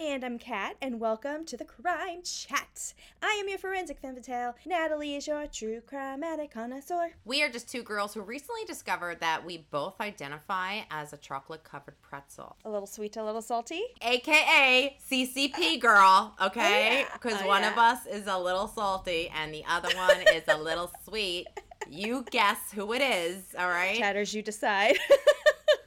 and I'm Kat, and welcome to the Crime Chat. I am your forensic femme fatale. Natalie is your true crime addict connoisseur. We are just two girls who recently discovered that we both identify as a chocolate covered pretzel, A little sweet, a little salty. aka CCP girl, okay? yeah. Because Oh, one of yeah. us is a little salty and the other one is a little sweet. You guess who it is, all right? Chatters, you decide.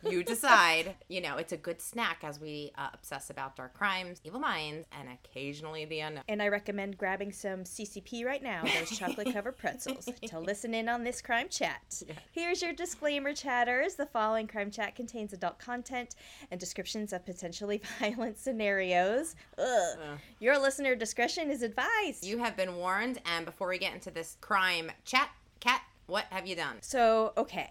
You decide. You know, it's a good snack as we uh, obsess about dark crimes, evil minds, and occasionally the unknown. and I recommend grabbing some CCP right now, those chocolate covered pretzels, to listen in on this crime chat. Here's your disclaimer, chatters. The following crime chat contains adult content and descriptions of potentially violent scenarios. Ugh. Ugh. Your listener discretion is advised. You have been warned, and before we get into this crime chat, Kat, what have you done? So, okay.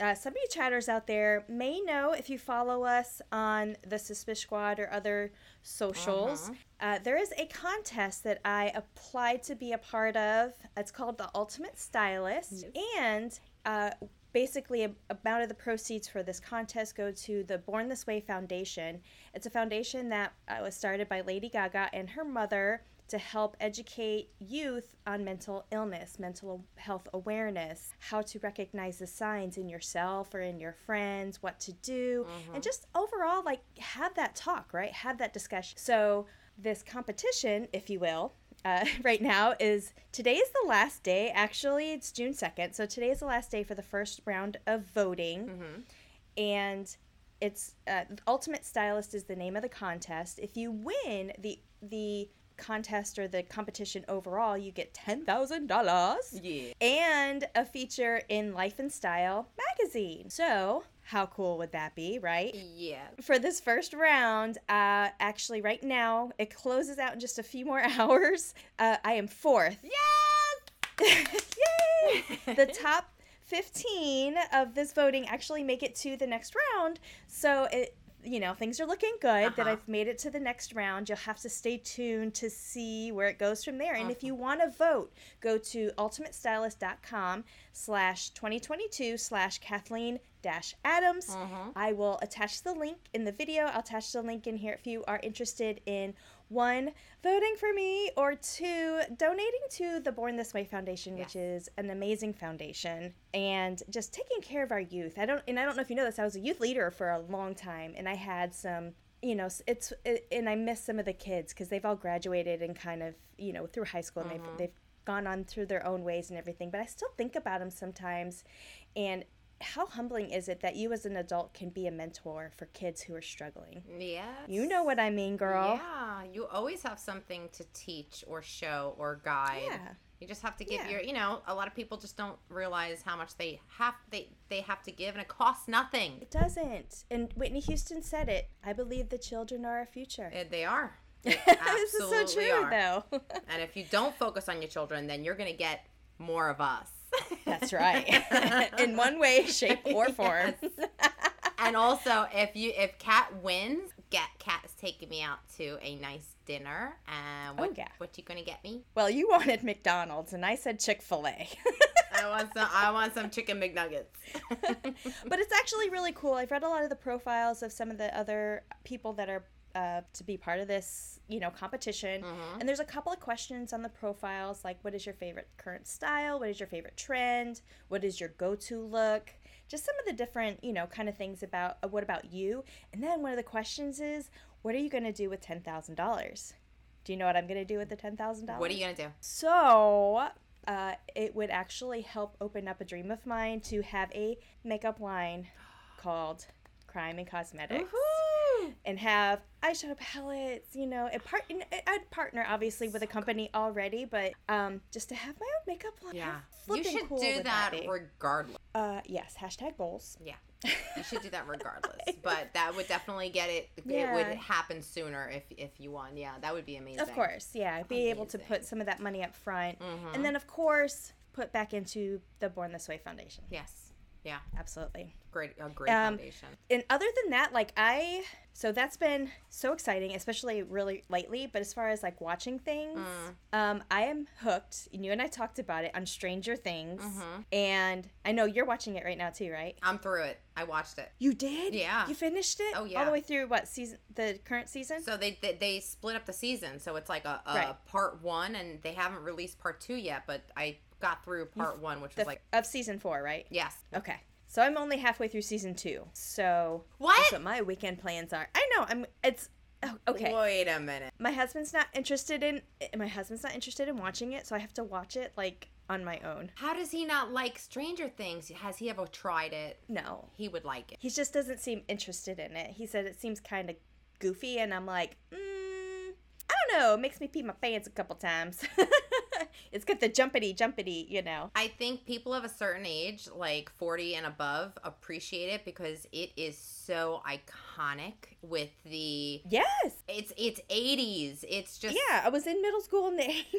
Uh, some of you chatters out there may know if you follow us on the Suspicious Squad or other socials. uh there is a contest that I applied to be a part of. It's called the Ultimate Stylist. And uh, basically, a amount of the proceeds for this contest go to the Born This Way Foundation. It's a foundation that uh, was started by Lady Gaga and her mother to help educate youth on mental illness, mental health awareness, how to recognize the signs in yourself or in your friends, what to do, and just overall, like, have that talk, right? Have that discussion. So, this competition, if you will, uh, right now is today is the last day. Actually, it's June 2nd. So, today is the last day for the first round of voting and it's uh, ultimate stylist is the name of the contest if you win the the contest or the competition overall you get $10000 Yeah. and a feature in life and style magazine so how cool would that be right Yeah. for this first round, uh, actually, right now, it closes out in just a few more hours. Uh, I am fourth. Yay! the top 15 of this voting actually make it to the next round. So it you know, things are looking good that Uh-huh. I've made it to the next round. You'll have to stay tuned to see where it goes from there. And if you want to vote, go to ultimatestylist.com slash 2022 slash Kathleen dash Adams. I will attach the link in the video. I'll attach the link in here if you are interested in one, voting for me, or two, donating to the Born This Way Foundation, which is an amazing foundation, and just taking care of our youth. I don't, and I don't know if you know this, I was a youth leader for a long time, and I had some. You know, s- it's it, and I miss some of the kids because they've all graduated and kind of you know through high school and Mm-hmm. they've they've gone on through their own ways and everything. But I still think about them sometimes, and how humbling is it that you as an adult can be a mentor for kids who are struggling? Yeah. You know what I mean, girl. Yeah. You always have something to teach or show or guide. Yeah. You just have to give Yeah. your, you know, a lot of people just don't realize how much they have they they have to give and it costs nothing. It doesn't. And Whitney Houston said it. I believe the children are our future. And they are. They this is so absolutely true, are. though. And if you don't focus on your children, then you're going to get more of us. That's right. In one way, shape, or form. and also, if you if Kat wins, get Kat's taking me out to a nice dinner. And what, Oh, yeah. what you gonna get me? Well, you wanted McDonald's, and I said Chick fil A. I want some. I want some chicken McNuggets. but it's actually really cool. I've read a lot of the profiles of some of the other people that are uh, to be part of this, you know, competition. Mm-hmm. And there's a couple of questions on the profiles, like what is your favorite current style? What is your favorite trend? What is your go-to look? Just some of the different, you know, kind of things about uh, what about you? And then one of the questions is, what are you going to do with ten thousand dollars? Do you know what I'm going to do with the ten thousand dollars? what are you gonna do? So, uh, it would actually help open up a dream of mine to have a makeup line called Crime and Cosmetics. And have eyeshadow palettes, you know, and part. And I- I'd partner obviously with a company already, but um, just to have my own makeup line, Yeah, how flipping you should cool do would that, be? regardless. uh, yes, hashtag goals. Yeah, you should do that regardless. but that would definitely get it. It Yeah. would happen sooner if if you won. Yeah, that would be amazing. Of course, yeah. Be able to put Amazing. Mm-hmm. some of that money up front, and then of course put back into the Born This Way Foundation. Yes. Yeah. Absolutely. Great. A great Um, foundation. And other than that, like I, so that's been so exciting, especially really lately. But as far as like watching things, Uh. um, I am hooked. You and I talked about it on Stranger Things, Mm-hmm. and I know you're watching it right now too, right? I'm through it. I watched it. You did? Yeah. You finished it? Oh, All yeah. the way through what season? The current season? So they, they they split up the season, so it's like a, a Right. part one, and they haven't released part two yet. But I got through part one, which The- was like of season four, right? yes, Okay. So I'm only halfway through season two. So What? That's what my weekend plans are. I know. I'm. It's oh, okay. Wait a minute. My husband's not interested in. My husband's not interested in watching it, so I have to watch it like on my own. How does he not like Stranger Things? Has he ever tried it? No, He would like it. he just doesn't seem interested in it. He said it seems kind of goofy, and I'm like, mm, I don't know. It makes me pee my pants a couple times. it's got the jumpity jumpity, you know. I think people of a certain age, like 40 and above, appreciate it because it is so iconic with the Yes. it's it's 80s. It's just Yeah, I was in middle school in the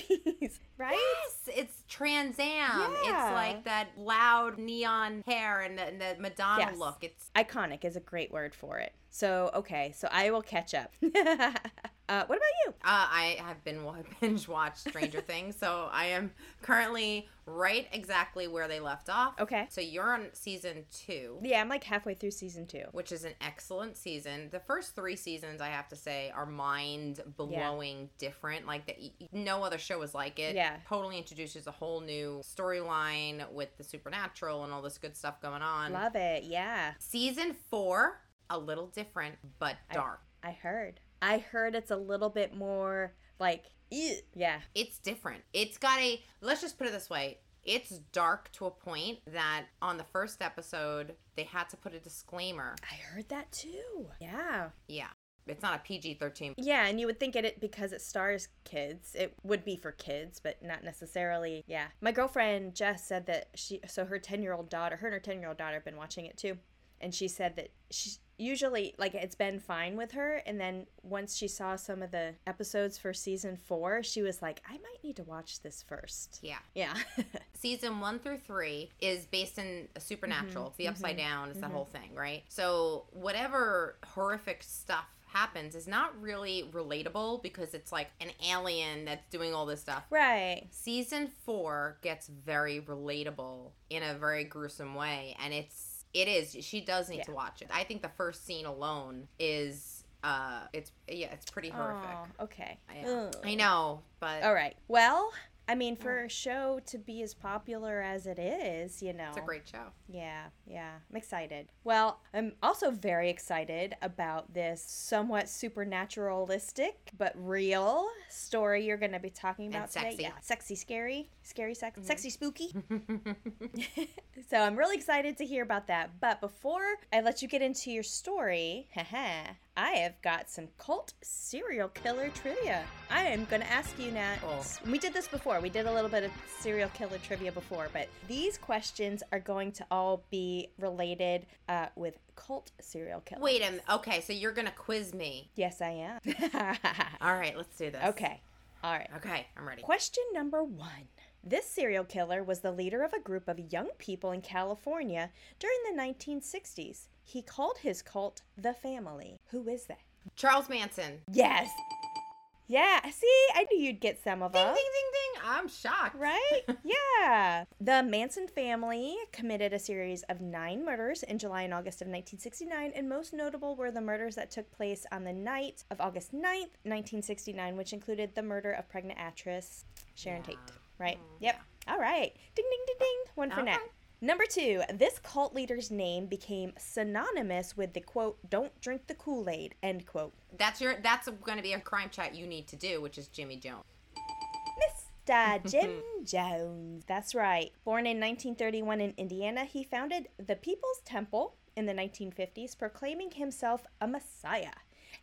80s, right? Yes, it's Trans Am. Yeah. It's like that loud neon hair and the, and the Madonna Yes. look. It's Iconic is a great word for it. So, okay, so I will catch up. uh, what about you? uh, I have been wa- binge watched Stranger Things, so I am currently right exactly where they left off. Okay. So you're on season two. Yeah, I'm like halfway through season two. Which is an excellent season. The first three seasons, I have to say, are mind blowing different. Like that, no other show is like it. Yeah. totally introduces a whole new storyline with the supernatural and all this good stuff going on. Love it. Yeah, Season four, a little different, but dark. I heard. I heard it's a little bit more like, ew. yeah, it's different. It's got a, let's just put it this way. It's dark to a point that on the first episode, they had to put a disclaimer. I heard that too. Yeah. Yeah. It's not a PG 13. Yeah, and you would think it because it stars kids, it would be for kids, but not necessarily. Yeah. My girlfriend Jess said that she so her 10-year-old daughter, her and her 10-year-old daughter have been watching it too, and she said that she usually like it's been fine with her and then once she saw some of the episodes for season 4, she was like, "I might need to watch this first. Yeah. Yeah. Season one through three is based in a supernatural. It's the upside down, it's the whole thing, right? So, whatever horrific stuff happens is not really relatable because it's like an alien that's doing all this stuff. right. season four gets very relatable in a very gruesome way and it's it is she does need to watch it i think the first scene alone is uh it's yeah it's pretty horrific Oh, okay. yeah. Ugh. i know Mm. but All right. Well, I mean, for a show to be as popular as it is, you know, it's a great show Yeah, yeah. I'm excited. Well, I'm also very excited about this somewhat supernaturalistic but real story you're going to be talking about today. sexy. Mm-hmm. Yeah, sexy, scary, scary, sex, sexy, spooky. so I'm really excited to hear about that. But before I let you get into your story, haha, I have got some cult serial killer trivia. I am going to ask you now. Oh. We did this before. We did a little bit of serial killer trivia before, but these questions are going to all be related uh, with cult serial killers. wait a minute okay so you're gonna quiz me Yes, I am. all right let's do this okay. All right. okay i'm ready Question number one. This serial killer was the leader of a group of young people in California during the 1960s. He called his cult the family. Who is that? charles manson Yes. Yeah, see, I knew you'd get some of ding them. ding ding ding i'm shocked Right? yeah. The Manson family committed a series of nine murders in July and August of 1969, and most notable were the murders that took place on the night of August 9th, 1969, which included the murder of pregnant actress Sharon Tate. Right? Yep. All right. Ding, ding, ding, ding. One for Mm, Okay. now. Number two, this cult leader's name became synonymous with the quote, don't drink the Kool Aid, end quote. that's your that's gonna be a crime chat you need to do which is jimmy jones Mr. Jim Jones. That's right. Born in 1931 in Indiana, he founded the People's Temple in the 1950s, proclaiming himself a messiah.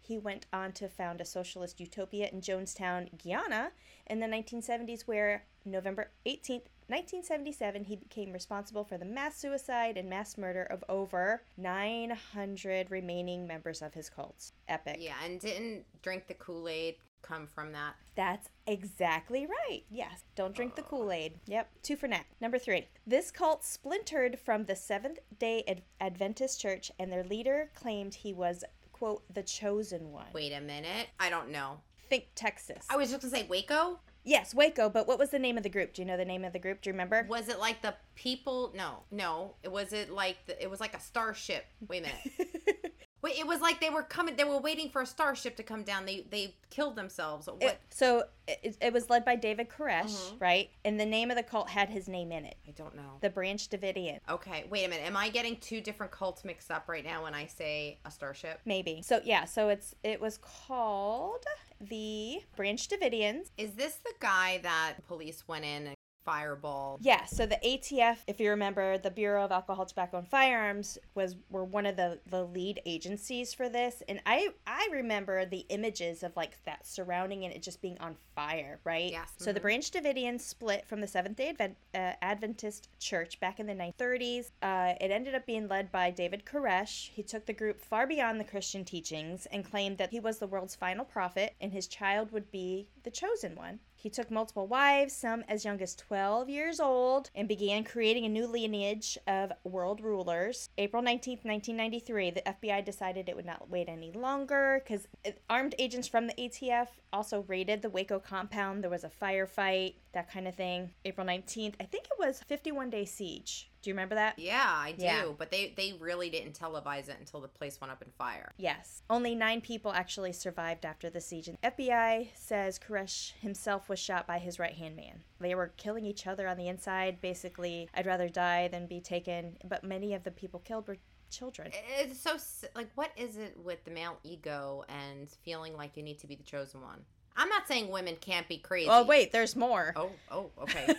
He went on to found a socialist utopia in Jonestown, Guyana in the 1970s, where November 18th, 1977, he became responsible for the mass suicide and mass murder of over 900 remaining members of his cult. Epic. Yeah, and didn't drink the Kool Aid come from that. That's exactly right. Yes. Don't drink the Kool Aid. Yep. Two for nap. Number three. This cult splintered from the Seventh day Ad- Adventist Church, and their leader claimed he was, quote, the chosen one. Wait a minute. I don't know. Think Texas. I was just going to say Waco. yes, Waco, but what was the name of the group? Do you know the name of the group? Do you remember? Was it like the people? No, no. It was it like the, it was like a starship. Wait a minute. Wait, it was like they were coming. They were waiting for a starship to come down. They they killed themselves. What? Uh-huh. It- so it, it was led by David Koresh, right? And the name of the cult had his name in it I don't know. the Branch Davidian. Okay, wait a minute. Am I getting two different cults mixed up right now when I say a starship? Maybe. So yeah, so it's it was called the Branch Davidians. Is this the guy that police went in and fireball? Yeah, so the ATF, if you remember, the Bureau of Alcohol, Tobacco, and Firearms was were one of the the lead agencies for this, and I I remember the images of like that surrounding and it just being on fire, right? Yes, So the Branch Davidians split from the Seventh Day Advent, uh, Adventist Church back in the 1930s. Uh, it ended up being led by David Koresh. He took the group far beyond the Christian teachings and claimed that he was the world's final prophet, and his child would be the chosen one. He took multiple wives, some as young as 12 years old, and began creating a new lineage of world rulers. April 19th, 1993, the FBI decided it would not wait any longer because armed agents from the ATF also raided the Waco compound. There was a firefight, that kind of thing. April 19th, I think it was 51 day siege. Do you remember that? Yeah, I do. Yeah. But they they really didn't televise it until the place went up in fire. Yes. Only nine people actually survived after the siege. And FBI says Koresh himself was shot by his right hand man. They were killing each other on the inside. Basically, I'd rather die than be taken. But many of the people killed were children. It's so s- like what is it with the male ego and feeling like you need to be the chosen one? I'm not saying women can't be crazy. Oh, wait, there's more. Oh, oh, okay.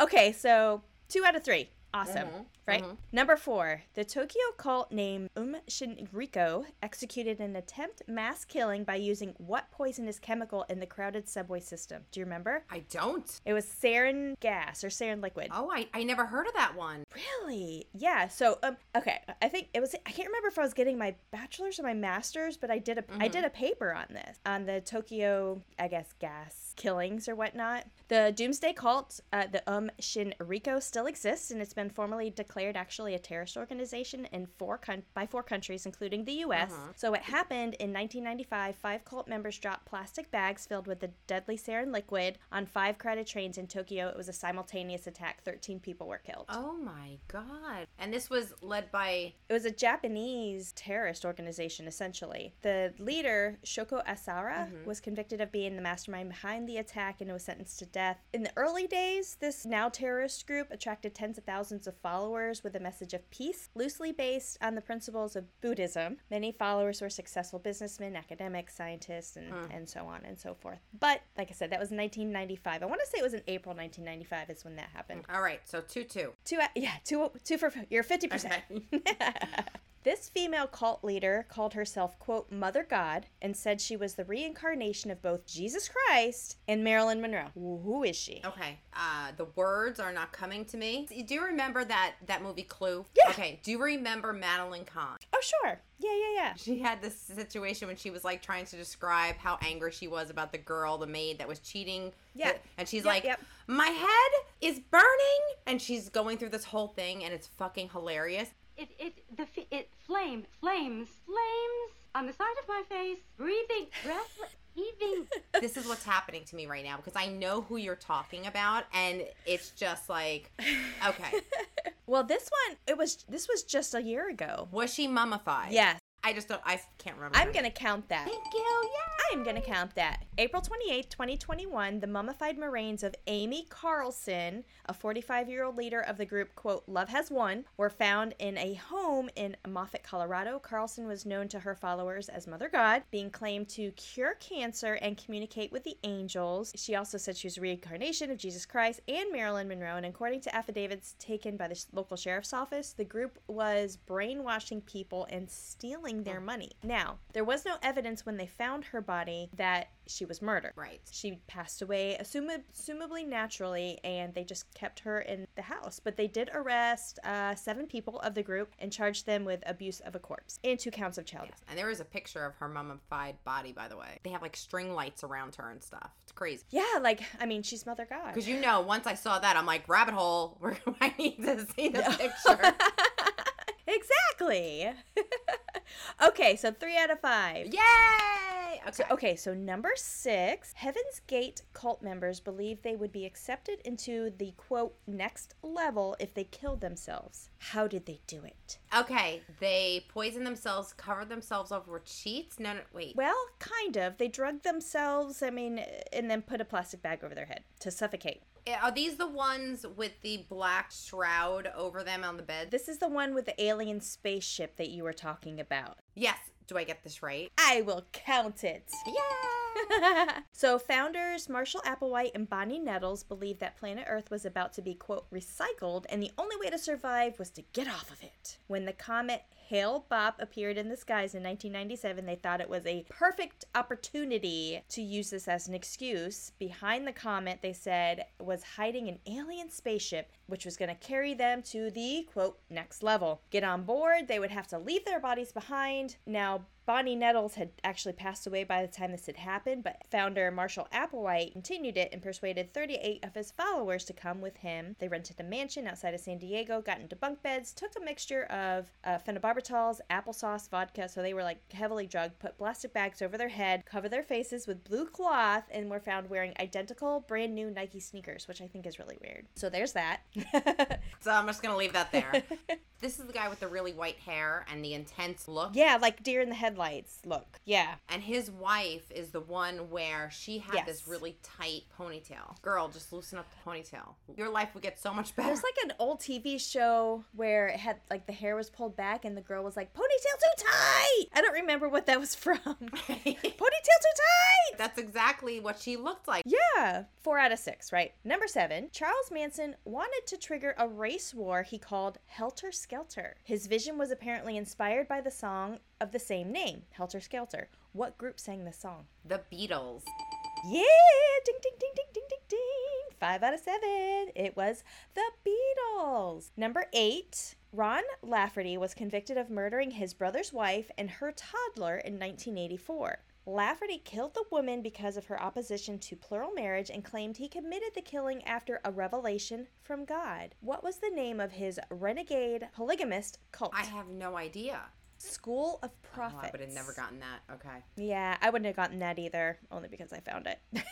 okay, so two out of three. Awesome, Mhm, right? mhm. Number four, the Tokyo cult named Um Shinriko executed an attempt mass killing by using what poisonous chemical in the crowded subway system? Do you remember? I don't. It was sarin gas or sarin liquid. Oh, I I never heard of that one. Really? Yeah. So, um, okay. I think it was. I can't remember if I was getting my bachelor's or my master's, but I did a I did a paper on this on the Tokyo, I guess, gas killings or whatnot. The Doomsday Cult, uh, the Um Shinriko, still exists, and it's been formally declared actually a terrorist organization in four coun by four countries, including the U.S. So it happened in 1995. Five cult members dropped plastic bags filled with the deadly sarin liquid on five crowded trains in Tokyo. It was a simultaneous attack. Thirteen people were killed. Oh my god. And this was led by It was a Japanese terrorist organization, essentially. The leader, Shoko Asara, was convicted of being the mastermind behind the attack and was sentenced to death. In the early days, this now terrorist group attracted tens of thousands of followers with a message of peace, loosely based on the principles of Buddhism. Many followers were successful businessmen, academics, scientists, and, and so on and so forth. But, like I said, that was 1995. I want to say it was in April 1995 is when that happened. All right, so 2 2. Two, uh, yeah, two, two for you're fifty percent. This female cult leader called herself, quote, Mother God, and said she was the reincarnation of both Jesus Christ and Marilyn Monroe. Who is she? Okay. Uh, the words are not coming to me. Do you remember that that movie Clue? Yeah. Okay. Do you remember Madeline Kahn? Oh, sure. Yeah, yeah, yeah. She had this situation when she was like trying to describe how angry she was about the girl, the maid that was cheating. Yeah. And she's Yep, like, yep. "My head is burning," and she's going through this whole thing, and it's fucking hilarious. It, it, the, f- it, flame, flames, flames on the side of my face, breathing, breathless, heaving. this is what's happening to me right now because I know who you're talking about, and it's just like, okay, Well, this one, it was, this was just a year ago. was she mummified? Yes. I just don't. I can't remember. I'm going to count that. Thank you. I am going to count that. April 28, 2021, the mummified moraines of Amy Carlson, a 45 year old leader of the group, quote, Love Has Won, were found in a home in Moffat, Colorado. Carlson was known to her followers as Mother God, being claimed to cure cancer and communicate with the angels. She also said she was a reincarnation of Jesus Christ and Marilyn Monroe. And according to affidavits taken by the local sheriff's office, the group was brainwashing people and stealing stealing their money. Now, there was no evidence when they found her body that she was murdered. Right. She passed away, assumab- assumably naturally, and they just kept her in the house. But they did arrest uh, seven people of the group and charged them with abuse of a corpse and two counts of child. Yes. And there is a picture of her mummified body, by the way. They have like string lights around her and stuff. It's crazy. Yeah, like I mean, she's Mother God. Because you know, once I saw that, I'm like, rabbit hole. Where I need to see the picture. exactly. okay, so three out of five. Yay! Okay. So, okay, so number six, Heaven's Gate cult members believe they would be accepted into the quote next level if they killed themselves. How did they do it? Okay. They poisoned themselves, covered themselves over with sheets. No, no, wait. Well, kind of. They drugged themselves, I mean, and then put a plastic bag over their head to suffocate. Eh, Are these the ones with the black shroud over them on the bed? This is the one with the alien spaceship that you were talking about. Yes. Do I get this right? I will count it. Yeah. so founders Marshall Applewhite and Bonnie Nettles believed that planet Earth was about to be quote recycled and the only way to survive was to get off of it. When the comet Hale Bopp appeared in the skies in 1997, they thought it was a perfect opportunity to use this as an excuse. Behind the comet, they said, was hiding an alien spaceship which was going to carry them to the quote next level. Get on board, they would have to leave their bodies behind. Now, Bonnie Nettles had actually passed away by the time this had happened, but founder Marshall Applewhite continued it and persuaded 38 of his followers to come with him. They rented a mansion outside of San Diego, got into bunk beds, took a mixture of uh, phenobarbital, applesauce, vodka, so they were like heavily drugged, put plastic bags over their head, covered their faces with blue cloth, and were found wearing identical brand new Nike sneakers, which I think is really weird. So there's that. So I'm just gonna leave that there. this is the guy with the really white hair and the intense look. yeah, like deer in the headlights look. Yeah. And his wife is the one where she had this Yes. really tight ponytail. Girl, just loosen up the ponytail. Your life would get so much better. There's like an old TV show where it had like the hair was pulled back and the girl was like, "Ponytail too tight." I don't remember what that was from. Ponytail too tight. That's exactly what she looked like. Yeah, four out of six, right? Number seven, Charles Manson wanted to trigger a race war he called Helter Skelter. His vision was apparently inspired by the song of the same name, Helter Skelter. What group sang the song? The Beatles. Yeah, ding ding ding ding ding ding ding. Five out of seven. It was the Beatles. Number eight. Ron Lafferty was convicted of murdering his brother's wife and her toddler in 1984. Lafferty killed the woman because of her opposition to plural marriage and claimed he committed the killing after a revelation from God. What was the name of his renegade polygamist cult? I have no idea. School of Oh, Prophets. I would have never gotten that. Okay. Yeah, I wouldn't have gotten that either, only because I found it.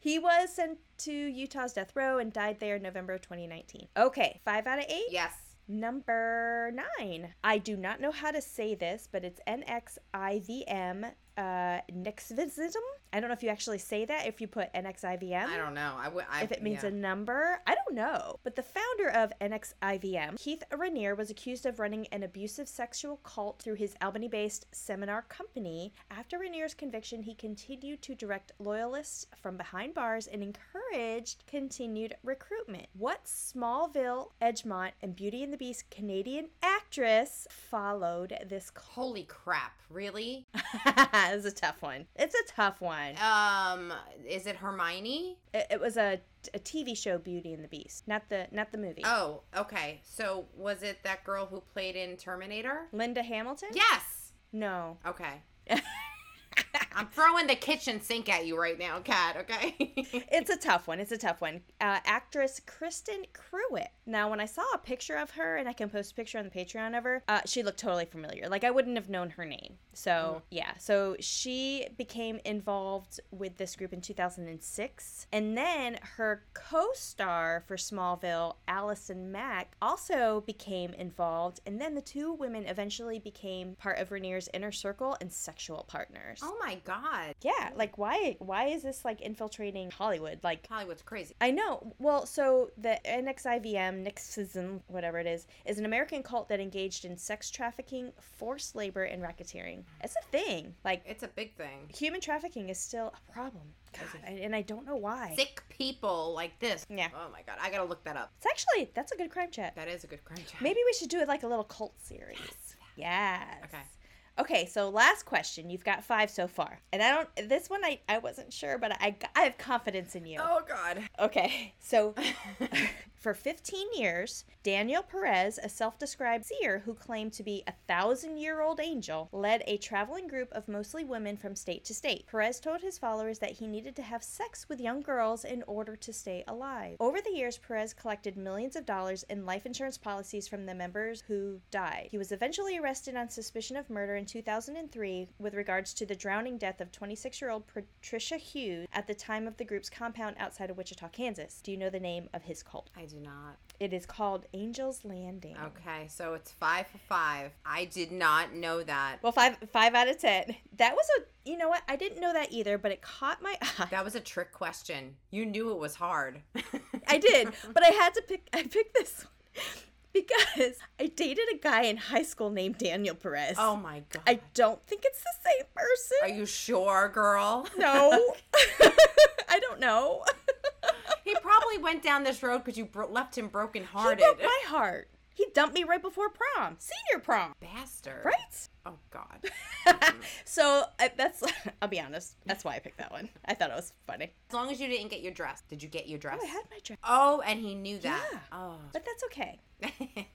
he was sent to Utah's death row and died there November 2019. Okay, five out of eight. Yes. Number nine. I do not know how to say this, but it's NXIVM. Uh, Nixvism. I don't know if you actually say that. If you put NXIVM, I don't know. I would. I, if it means yeah. a number. I don't know. But the founder of NXIVM, Keith Rainier, was accused of running an abusive sexual cult through his Albany based seminar company. After Rainier's conviction, he continued to direct loyalists from behind bars and encouraged continued recruitment. What Smallville, Edgemont, and Beauty and the Beast Canadian actress followed this cult? Holy crap! Really? it was a tough one. It's a tough one. Um, is it Hermione? It, it was a, a TV show, Beauty and the Beast, not the not the movie. Oh, okay. So was it that girl who played in Terminator? Linda Hamilton? Yes. No. Okay. I'm throwing the kitchen sink at you right now, Kat, okay? It's a tough one. It's a tough one. Uh, actress Kristen Cruitt. Now, when I saw a picture of her, and I can post a picture on the Patreon of her, uh, she looked totally familiar. Like, I wouldn't have known her name. So, yeah. So, she became involved with this group in 2006. And then her co star for Smallville, Allison Mack, also became involved. And then the two women eventually became part of Rainier's inner circle and sexual partners. oh my god. Yeah, like why why is this like infiltrating Hollywood? Like Hollywood's crazy. I know. Well, so the NXIVM, Nixism, whatever it is, is an American cult that engaged in sex trafficking, forced labor, and racketeering. It's a thing. Like It's a big thing. human trafficking is still a problem, God, I- and I don't know why. Sick people like this. Yeah. Oh my god. I gotta look that up. It's actually that's a good crime chat. That is a good crime job. Maybe we should do it like a little cult series. Yes. Okay. Okay, so last question. You've got five so far, and I don't. This one I I wasn't sure, but I I have confidence in you. Oh God. Okay, so for 15 years, Daniel Perez, a self described seer who claimed to be a thousand year old angel, led a traveling group of mostly women from state to state. Perez told his followers that he needed to have sex with young girls in order to stay alive. Over the years, Perez collected millions of dollars in life insurance policies from the members who died. He was eventually arrested on suspicion of murder in 2003 with regards to the drowning death of 26 year old Patricia Hughes at the time of the group's compound outside of Wichita, Kansas. Do you know the name of his cult? I do not. It is called Angel's Landing. Okay, so it's five for five. I did not know that. Well, five five out of ten. That was a you know what? I didn't know that either, but it caught my eye. That was a trick question. You knew it was hard. I did, but I had to pick. I picked this one because I dated a guy in high school named Daniel Perez. Oh my god! I don't think it's the same person. Are you sure, girl? No, I don't know. he probably went down this road because you bro- left him brokenhearted. He broke my heart. He dumped me right before prom, senior prom. Bastard. Right? Oh God. so I, that's. I'll be honest. That's why I picked that one. I thought it was funny. As long as you didn't get your dress. Did you get your dress? Oh, I had my dress. Oh, and he knew that. Yeah. Oh. Uh, But that's okay.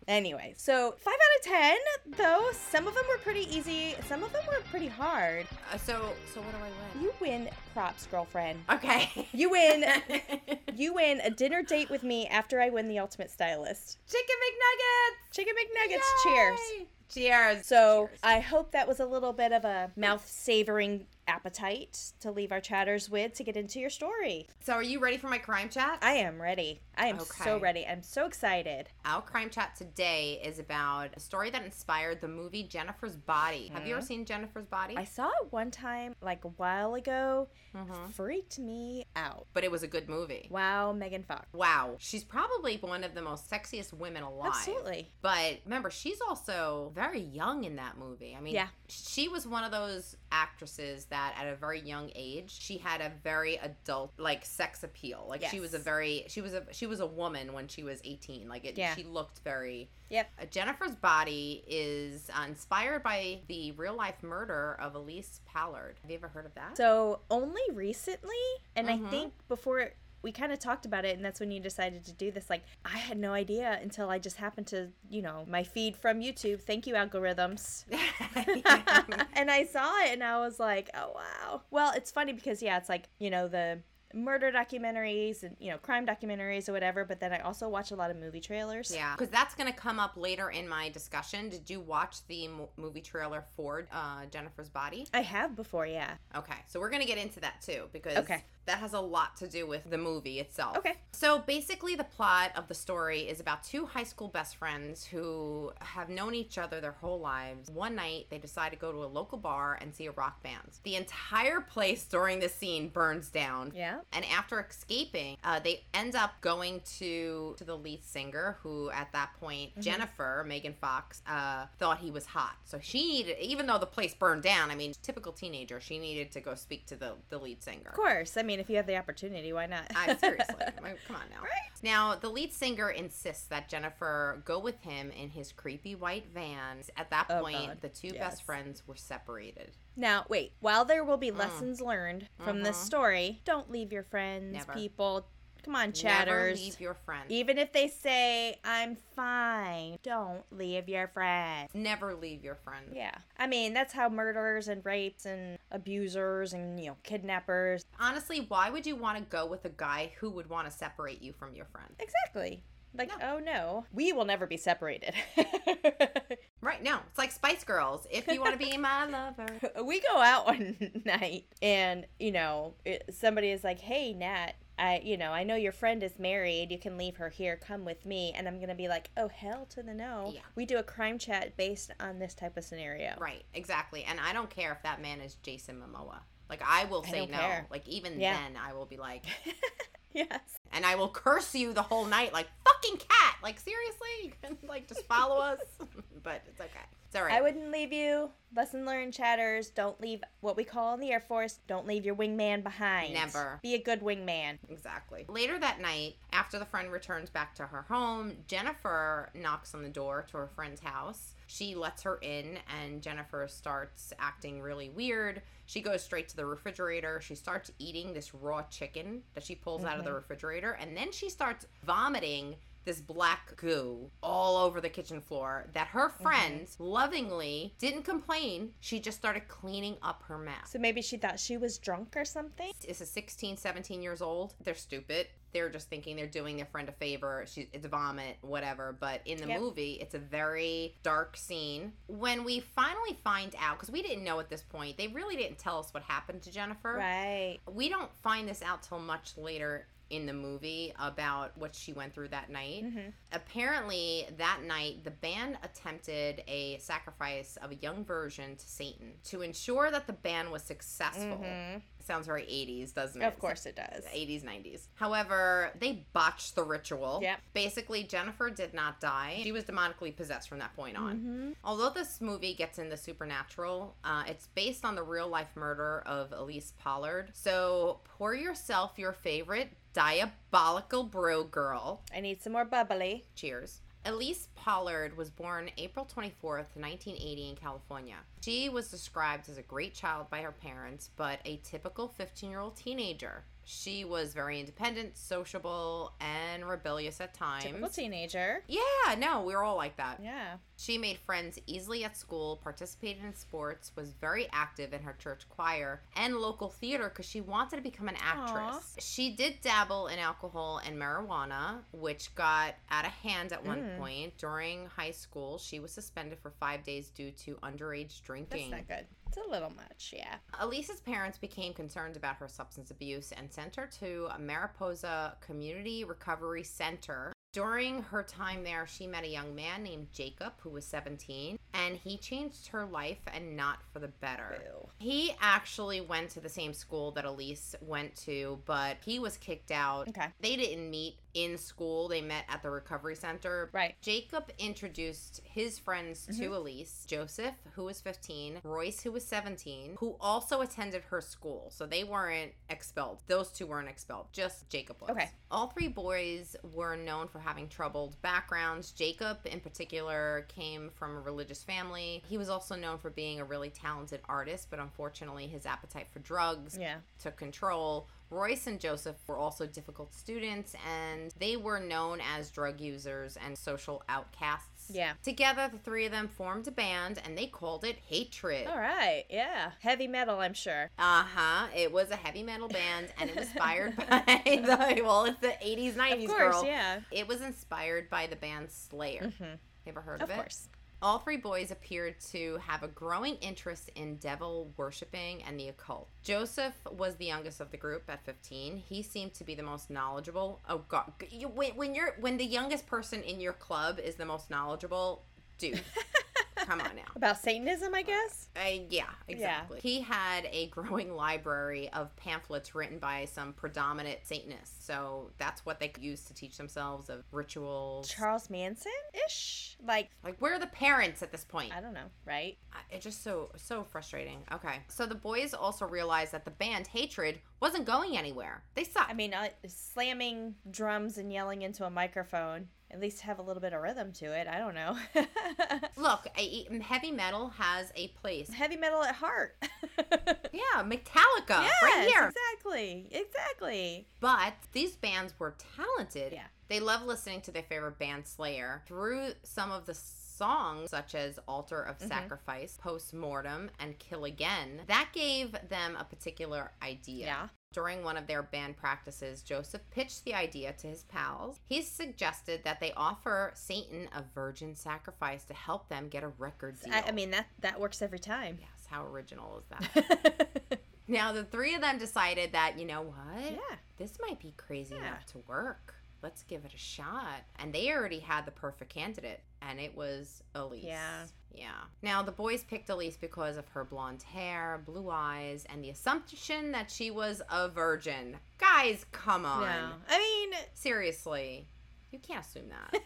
anyway, so five out of ten. Though some of them were pretty easy, some of them were pretty hard. Uh, so, so what do I win? You win props, girlfriend. Okay. You win. you win a dinner date with me after I win the ultimate stylist. Chicken McNuggets. Chicken McNuggets. Cheers. Yay. Cheers. uh, So Cheers. I hope that was a little bit of a mouth savoring appetite to leave our chatters with to get into your story. so are you ready for my crime chat? I am ready. I am so Okay. ready. I'm so excited. Our crime chat today is about a story that inspired the movie Jennifer's Body. Have you ever seen Jennifer's Body? I saw it one time, like a while ago. Mhm. Freaked me out. But it was a good movie. Wow, Megan Fox. Wow. She's probably one of the most sexiest women alive. Absolutely. But remember, she's also very young in that movie. I mean, Yeah. she was one of those actresses that at a very young age, she had a very adult like sex appeal. Like she Yes. was a very she was a she was a woman when she was 18. Like it, Yeah. she looked very Yep. uh, Jennifer's body is uh, inspired by the real life murder of Elise Pallard. Have you ever heard of that? So only recently, and Mhm. I think before we kind of talked about it, and that's when you decided to do this. Like I had no idea until I just happened to, you know, my feed from YouTube. Thank you, algorithms. and I saw it and I was like, oh wow. Well, it's funny because yeah, it's like, you know, the murder documentaries and you know, crime documentaries or whatever, but then I also watch a lot of movie trailers. Yeah, because that's going to come up later in my discussion. Did you watch the mo- movie trailer for uh, Jennifer's Body? I have before, yeah. Okay, so we're going to get into that too because Okay. that has a lot to do with the movie itself. Okay. So basically, the plot of the story is about two high school best friends who have known each other their whole lives. One night, they decide to go to a local bar and see a rock band. The entire place during this scene burns down. Yeah. And after escaping, uh, they end up going to to the lead singer, who at that point Mm-hmm. Jennifer Megan Fox uh, thought he was hot. So she needed, even though the place burned down. I mean, typical teenager. She needed to go speak to the the lead singer. Of course. I mean if you have the opportunity, why not? I seriously, I mean, come on now. Now, the lead singer insists that Jennifer go with him in his creepy white van. At that Oh, point, God. the two Yes. best friends were separated. Now, wait. While there will Mm. be lessons learned from this Mhm. story, don't leave your friends, Never. people. Come on, Never chatters. E leave your friends. Even if they say, I'm fine, don't leave your friends. Never leave your friends. Yeah. I mean, that's how murderers and rapes and abusers and, you know, kidnappers. honestly, why would you want to go with a guy who would want to separate you from your friend? Exactly. Like, No. oh no, we will never be separated. Right now, it's like Spice Girls. If you want to be my lover, we go out one night and, you know, it, somebody is like, hey, Nat. I, you know, I know your friend is married. You can leave her here. Come with me, and I'm gonna be like, "Oh hell to the no!" Yeah. We do a crime chat based on this type of scenario. right? Exactly. And I don't care if that man is Jason Momoa. Like I will say don't no. care. Like even Yeah. then, I will be like, Yes. and I will curse you the whole night, like fucking cat. Like seriously, you can like just follow us. but it's okay. It's all right. I wouldn't leave you. Lesson learned, chatters. Don't leave what we call in the Air Force. Don't leave your wingman behind. Never. Be a good wingman. Exactly. Later that night, after the friend returns back to her home, Jennifer knocks on the door to her friend's house. She lets her in, and Jennifer starts acting really weird. She goes straight to the refrigerator. She starts eating this raw chicken that she pulls out of the refrigerator, and then she starts vomiting this black goo all over the kitchen floor that her friends lovingly didn't complain. She just started cleaning up her mess So maybe she thought she was drunk or something. is a 16 17 years old they're stupid they're just thinking they're doing their friend a favor she's it's vomit whatever but in the Yep. movie it's a very dark scene when we finally find out because we didn't know at this point they really didn't tell us what happened to jennifer Right. we don't find this out till much later in the movie about what she went through that night Mhm. apparently that night the band attempted a sacrifice of a young version to satan to ensure that the band was successful Mhm. sounds very 80s doesn't it Of course it does. 80s 90s however they botched the ritual Yep. basically jennifer did not die she was demonically possessed from that point on Mhm. although this movie gets into supernatural uh, it's based on the real life murder of elise pollard so pour yourself your favorite diabolical brew girl I need some more bubbly. Cheers. Elise Pollard was born April 24th, 1980, in California. She was described as a great child by her parents, but a typical 15 year old teenager. She was very independent, sociable, and rebellious at Typical times. teenager. yeah, no, we were all like that. Yeah. She made friends easily at school, participated in sports, was very active in her church choir and local theater because she wanted to become an actress. She did dabble in alcohol and marijuana, which got out of hand at one Mm. point. During high school, she was suspended for five days due to underage That's drinking. not good. It's a little much. Yeah. Elisa's parents became concerned about her substance abuse and sent her to a Mariposa Community Recovery Center. During her time there, she met a young man named Jacob who was 17, and he changed her life and not for the better. Boo. He actually went to the same school that Elise went to, but he was kicked out. Okay. They didn't meet in school, they met at the recovery center, Right. Jacob introduced his friends to Elise Joseph, who was 15, Royce, who was 17, who also attended her school. So they weren't expelled. Those two weren't expelled, just Jacob was. Okay. All three boys were known for having troubled backgrounds. Jacob, in particular, came from a religious family. He was also known for being a really talented artist, but unfortunately, his appetite for drugs Yeah. took control. Royce and Joseph were also difficult students, and they were known as drug users and social outcasts. Yeah. Together, the three of them formed a band, and they called it Hatred. All right. Yeah. Heavy metal, I'm sure. Uh huh. It was a heavy metal band, and it was inspired by the well, it's the eighties, Of nineties, course. girl. Yeah. Mm-hmm. It was inspired by the band Slayer. Ever heard Of of it? course. All three boys appeared to have a growing interest in devil worshipping and the occult. Joseph was the youngest of the group at 15. He seemed to be the most knowledgeable. Oh god, you, when, when you're when the youngest person in your club is the most knowledgeable, dude. come on now. About Satanism, I guess. Uh, yeah, exactly. He had a growing library of pamphlets written by some predominant Satanists. So that's what they used to teach themselves of rituals. Charles Manson ish? Like, like, where are the parents at this point? I don't know, right? I- It's just so so frustrating. Okay, so the boys also realized that the band Hatred wasn't going anywhere. They sucked. I mean, uh, slamming drums and yelling into a microphone, at least have a little bit of rhythm to it. I don't know. Look, I, heavy metal has a place. Heavy metal at heart. Yeah, Metallica, right Yes, here. Exactly. Exactly. But these bands were talented. Yeah. They loved listening to their favorite band Slayer through some of the songs such as Altar of Mhm. Sacrifice, Post Mortem, and Kill Again. That gave them a particular idea. Yeah. During one of their band practices, Joseph pitched the idea to his pals. He suggested that they offer Satan a virgin sacrifice to help them get a record deal. I, I mean, that, that works every time. yes, how original is that? yeah. now, the three of them decided that, you know what? this might be crazy Yeah. enough to work. Let's give it a shot. And they already had the perfect candidate, and it was Elise. Yeah. Yeah. Now, the boys picked Elise because of her blonde hair, blue eyes, and the assumption that she was a virgin. Guys, come on. No. I mean, Seriously. You can't assume that.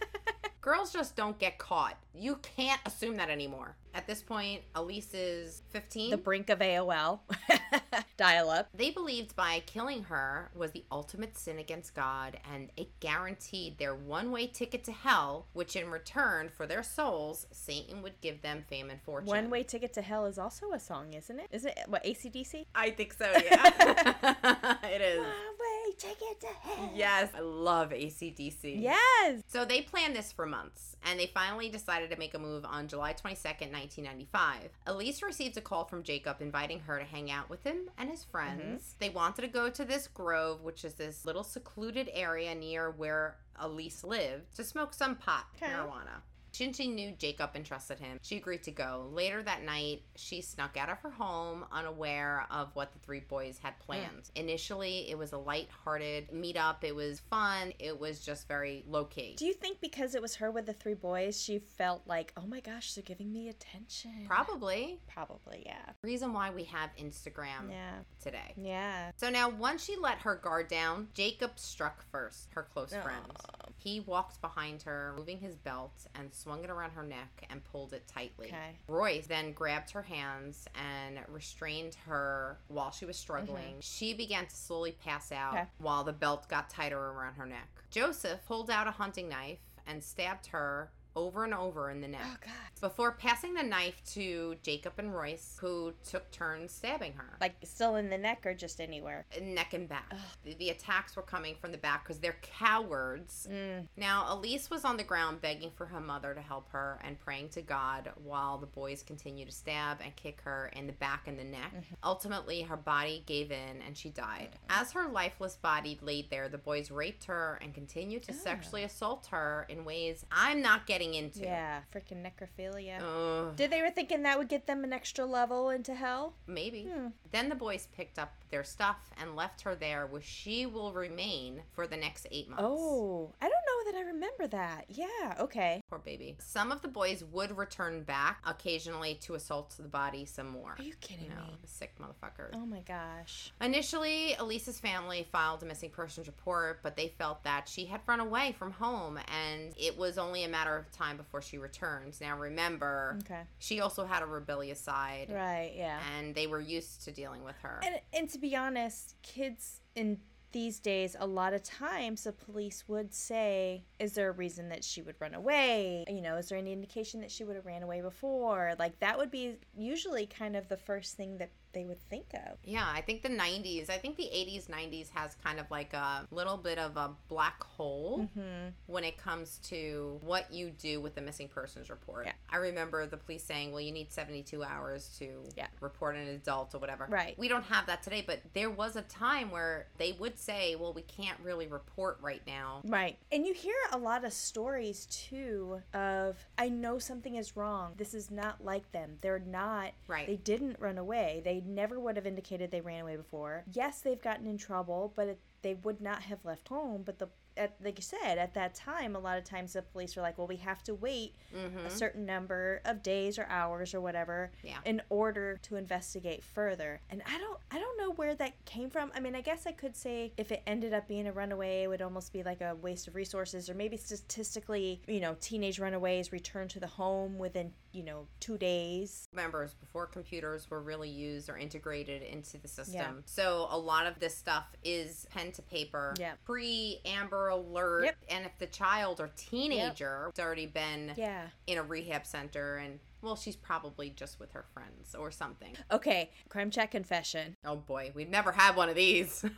girls just don't get caught. You can't assume that anymore. At this point, Elise is 15. The brink of AOL. Dial up. they believed by killing her was the ultimate sin against God, and it guaranteed their one way ticket to hell, which in return for their souls, Satan would give them fame and fortune. One Way Ticket to Hell is also a song, isn't it? Isn't it what ACDC? I think so, yeah. it is. One Way Ticket to Hell. Yes, I love ACDC. Yes. So they planned this for months, and they finally decided to make a move on July 22nd, 1995. Elise received a call from Jacob inviting her to hang out with him and his friends. They wanted to go to this grove, which is this little secluded area near where Elise lived, to smoke some pot, Okay. marijuana. Shinji knew Jacob and trusted him. She agreed to go. Later that night, she snuck out of her home, unaware of what the three boys Hmm. had planned. Initially, it was a light-hearted meetup. It was fun. It was just very low key. Do you think because it was her with the three boys, she felt like, oh my gosh, they're giving me attention? Probably. Probably, yeah. Reason why we have Instagram Yeah. today. Yeah. So now, once she let her guard down, Jacob struck first, her close friend. Aw. He walked behind her, moving his belt, and swung it around her neck and pulled it tightly. Okay. Royce then grabbed her hands and restrained her while she was struggling. She began to slowly pass out Mm-hmm. Okay. while the belt got tighter around her neck. Joseph pulled out a hunting knife and stabbed her over and over in the neck Oh, God. before passing the knife to Jacob and Royce, who took turns stabbing her. Like, still in the neck or just anywhere? Neck and back. Ugh. The, the attacks were coming from the back because they're cowards. Mm. Now, Elise was on the ground begging for her mother to help her and praying to God while the boys continued to stab and kick her in the back and the neck. Mm-hmm. Ultimately, her body gave in and she died. As her lifeless body laid there, the boys raped her and continued to Ah. sexually assault her in ways I'm not getting into. Yeah. Oh. Freaking necrophilia. Ugh, Did they were thinking that would get them an extra level into hell? maybe. Hmm. Then the boys picked up their stuff and left her there where she will remain for the next eight months. Oh, I don't know that I remember that. Yeah, okay. Poor baby. Some of the boys would return back occasionally to assault the body some more. Are you kidding No, me? sick motherfucker. Oh my gosh. Initially, Elisa's family filed a missing persons report, but they felt that she had run away from home and it was only a matter of time before she returns. Now, remember, Okay. she also had a rebellious side Mm. Right, yeah. and they were used to dealing with her. And and to be honest, kids in these days, a lot of times the police would say, "Is there a reason that she would run away? You know, is there any indication that she would have ran away before?" Like that would be usually kind of the first thing that they would think of. Yeah, I think the 90s, I think the 80s, 90s has kind of like a little bit of a black hole Mm-hmm. when it comes to what you do with the missing persons report. Yeah. I remember the police saying, well, you need 72 hours to Yeah. report an adult or whatever. Right. We don't have that today, but there was a time where they would say, well, we can't really report right now. Right. And you hear a lot of stories too of I know something is wrong. This is not like them. They're not Right. They didn't run away. They never would have indicated they ran away before. Yes, they've gotten in trouble, but it, they would not have left home. But the at, like you said, at that time, a lot of times the police were like, "Well, we have to wait hmm a certain number of days or hours or whatever Yeah. in order to investigate further." And I don't, I don't know where that came from. I mean, I guess I could say if it ended up being a runaway, it would almost be like a waste of resources, or maybe statistically, you know, teenage runaways return to the home within, you know, two days. Remember, it was before computers were really used or integrated into the system. Yeah. So a lot of this stuff is pen to paper, Yeah. pre Amber Alert. Yep. And if the child or teenager has already been Yeah. in a rehab center and well she's probably just with her friends or something Okay, crime chat confession. oh boy we've never had one of these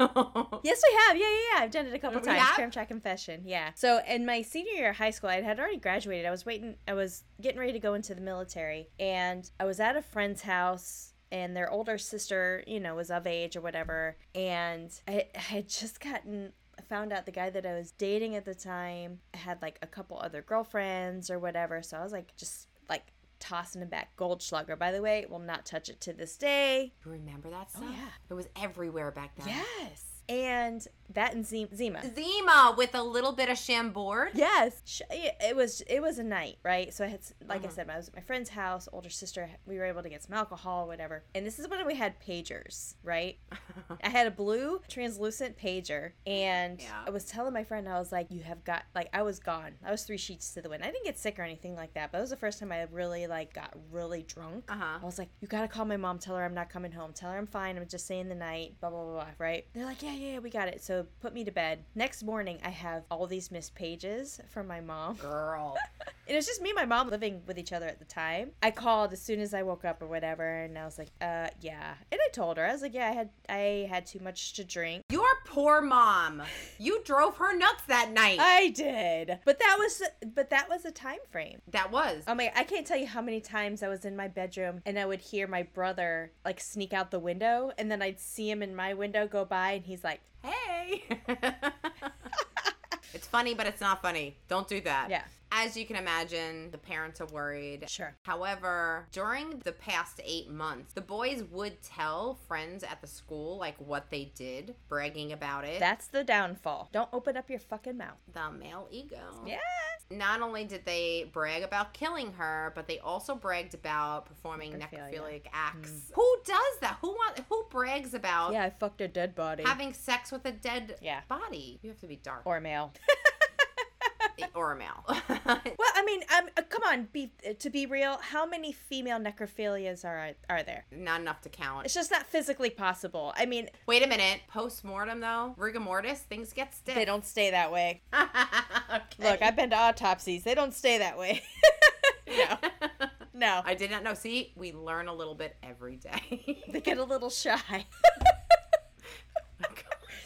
Yes, we have. Yeah, yeah, yeah. I've done it a couple We times. have? Crime chat confession. Yeah. So in my senior year of high school, I had already graduated. I was waiting. I was getting ready to go into the military, and I was at a friend's house. And their older sister, you know, was of age or whatever. And I, I had just gotten I found out the guy that I was dating at the time had like a couple other girlfriends or whatever. So I was like, just like tossing him back. Goldschlager, by the way, will not touch it to this day. remember that stuff Oh, yeah. it was everywhere back then Yes. And That and Ze- Zima. Zima with a little bit of Chambord. Yes, Sh- it it was it was a night, right? So I had, s- like I Uh-huh. said, I was at my friend's house. Older sister, we were able to get some alcohol, whatever. And this is when we had pagers, right? I had a blue translucent pager, and Yeah. I was telling my friend, I was like, "You have got like I was gone. I was three sheets to the wind. I didn't get sick or anything like that, but it was the first time I really like got really drunk. Uh huh. I was like, you gotta call my mom, tell her I'm not coming home, tell her I'm fine, I'm just staying the night, blah blah blah, blah right? They're like, yeah, yeah, yeah, we got it. So put me to bed. Next morning, I have all these missed pages from my mom. Girl. It was just me and my mom living with each other at the time. I called as soon as I woke up or whatever, and I was like, uh, yeah. And I told her, I was like, yeah, I had I had too much to drink. Your poor mom. You drove her nuts that night. I did, but that was but that was a time frame. that was. Oh my! I can't tell you how many times I was in my bedroom and I would hear my brother like sneak out the window, and then I'd see him in my window go by, and he's like, hey. it's funny, but it's not funny. Don't do that. "Yeah, As you can imagine, the parents are worried. sure, However, during the past eight months, the boys would tell friends at the school like what they did, bragging about it. that's the downfall. Don't open up your fucking mouth." the male ego. Yeah. Not only did they brag about killing her, but they also bragged about performing Necrophilia. Hmm. necrophilic acts. Who does that? Who want, Who brags about Yeah, I fucked a dead body having sex with a dead Yeah. body? You have to be dark or, or a male. a male. well, I mean, um, uh, come on, be uh, to be real. How many female necrophilias are are there? Not enough to count. It's just not physically possible. I mean, Wait a minute. Post mortem though, rigor mortis, things get stiff. they don't stay that way. Okay. Look, I've been to autopsies. They don't stay that way. no, no, I did not know. See, we learn a little bit every day. they get a little shy.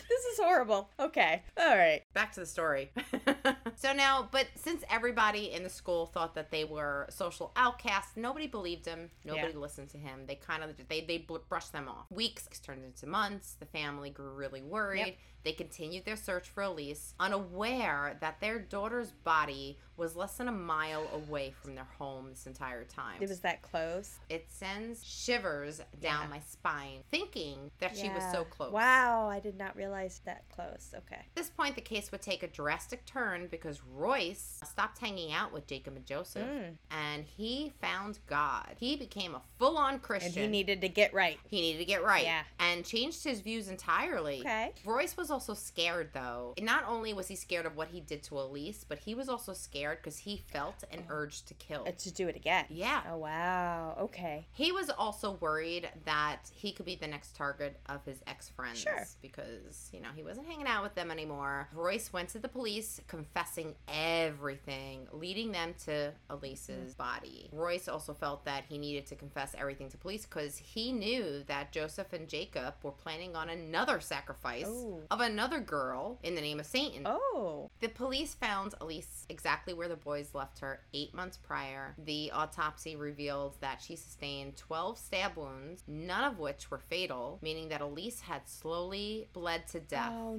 This is horrible. Okay. All right. Back to the story. so now, but since everybody in the school thought that they were social outcasts, nobody believed him. Nobody listened to him. They kind of they they bl- brushed them off. Weeks turned into months. The family grew really worried. Yep. They continued their search for Elise, unaware that their daughter's body was less than a mile away from their home this entire time. It was that close. It sends shivers down Yeah. my spine, thinking that she was so Yeah. close. Wow, I did not realize that close. Okay. At this point, the case would take a drastic turn because Royce stopped hanging out with Jacob and Joseph Mm. and he found God. He became a full on Christian. And he needed to get right. He needed to get right Yeah. and changed his views entirely. Okay. Royce was also scared, though. Not only was he scared of what he did to Elise, but he was also scared because he felt an urge to kill. Uh, To do it again. Yeah. Oh wow. Okay. He was also worried that he could be the next target of his ex friends Sure. because, you know, he wasn't hanging out with them anymore. Royce went to the police confessing everything, leading them to Elise's body. Royce also felt that he needed to confess everything to police because he knew that Joseph and Jacob were planning on another sacrifice Ooh. of another girl in the name of Satan. Oh. The police found Elise exactly where the boys left her eight months prior. The autopsy revealed that she sustained 12 stab wounds, none of which were fatal, meaning that Elise had slowly bled to death. Oh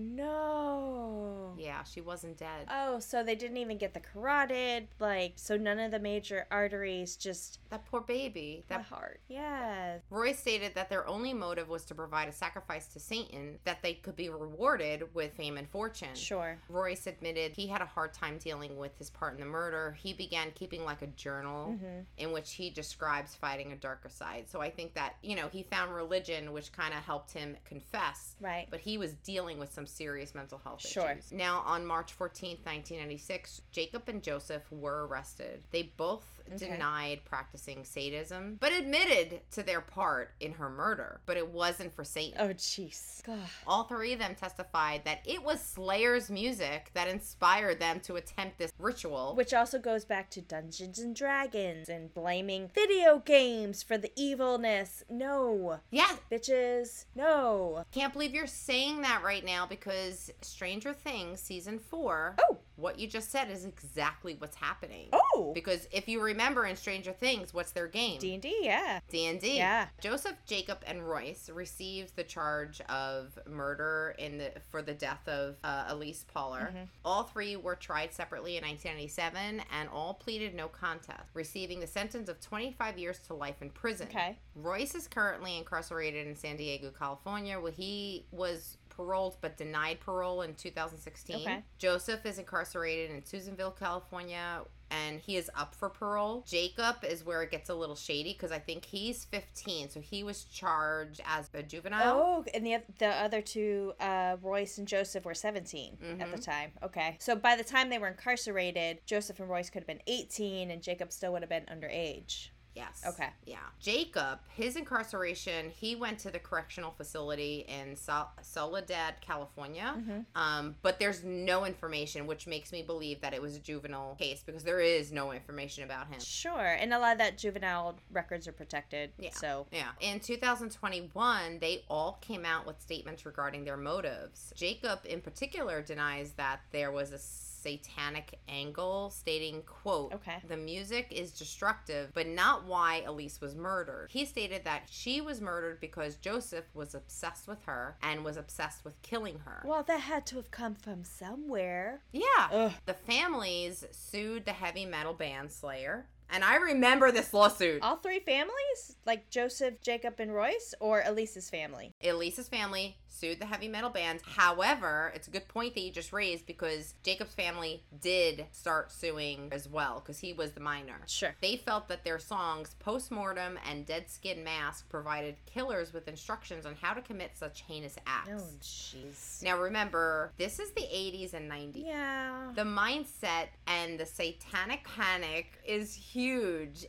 no. Yeah, she wasn't dead. Oh, so they didn't even get the carotid. Like, so none of the major arteries. Just that poor baby. the That heart. Yes. Roy stated that their only motive was to provide a sacrifice to Satan that they could be rewarded with fame and fortune. Sure. Royce admitted he had a hard time dealing with his part in the murder. He began keeping like a journal Mhm. in which he describes fighting a darker side. So I think that, you know, he found religion, which kind of helped him confess. Right. But he was dealing with some serious mental health Sure. issues. Now, on March 14th, 1996, Jacob and Joseph were arrested. They both Okay. denied practicing sadism, but admitted to their part in her murder. But it wasn't for Satan. Oh jeez. God. All three of them testified that it was Slayer's music that inspired them to attempt this ritual. Which also goes back to Dungeons and Dragons and blaming video games for the evilness. No. yeah, Bitches. No. can't believe you're saying that right now because Stranger Things season 4, Oh. what you just said is exactly what's happening. Oh. Because if you remember in Stranger Things, what's their game? D&D, yeah. D&D. Yeah. Joseph, Jacob, and Royce received the charge of murder in the for the death of uh, Elise Poller. Mm-hmm. All three were tried separately in 1997 and all pleaded no contest, receiving the sentence of 25 years to life in prison. Okay. Royce is currently incarcerated in San Diego, California, where he was paroled but denied parole in 2016. Okay. Joseph is incarcerated in Susanville, California, and he is up for parole. Jacob is where it gets a little shady because I think he's 15, so he was charged as a juvenile. Oh, and the the other two, uh, Royce and Joseph, were 17 at the time. Okay, so by the time they were incarcerated, Joseph and Royce could have been eighteen, and Jacob still would have been underage. Yes. Okay. Yeah. Jacob, his incarceration, he went to the correctional facility in Sol- Soledad, California. Mm-hmm. Um, but there's no information, which makes me believe that it was a juvenile case because there is no information about him. Sure, and a lot of that juvenile records are protected. Yeah. So Yeah. In 2021, they all came out with statements regarding their motives. Jacob, in particular, denies that there was a satanic angle, stating, quote, Okay. the music is destructive, but not why Elise was murdered. He stated that she was murdered because Joseph was obsessed with her and was obsessed with killing her. Well, that had to have come from somewhere. Yeah. Ugh. The families sued the heavy metal band Slayer. And I remember this lawsuit. All three families? Like Joseph, Jacob, and Royce? Or Elise's family? Elisa's family sued the heavy metal band. However, it's a good point that you just raised because Jacob's family did start suing as well because he was the minor. Sure. They felt that their songs Postmortem and Dead Skin Mask provided killers with instructions on how to commit such heinous acts. Oh, jeez. Now remember, this is the 80s and 90s. Yeah. The mindset and the satanic panic is huge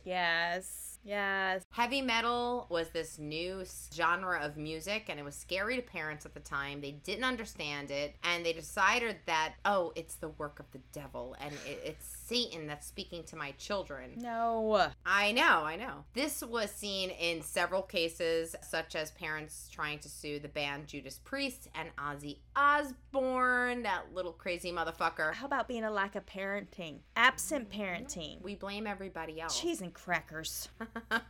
Yes. Yes. Heavy metal was this new s- genre of music, and it was scary to parents at the time. They didn't understand it, and they decided that, oh, it's the work of the devil, and it, it's Satan that's speaking to my children. No. I know, I know. This was seen in several cases, such as parents trying to sue the band Judas Priest and Ozzy Osbourne, that little crazy motherfucker. How about being a lack of parenting? Absent parenting. We blame everybody else. Cheese and crackers.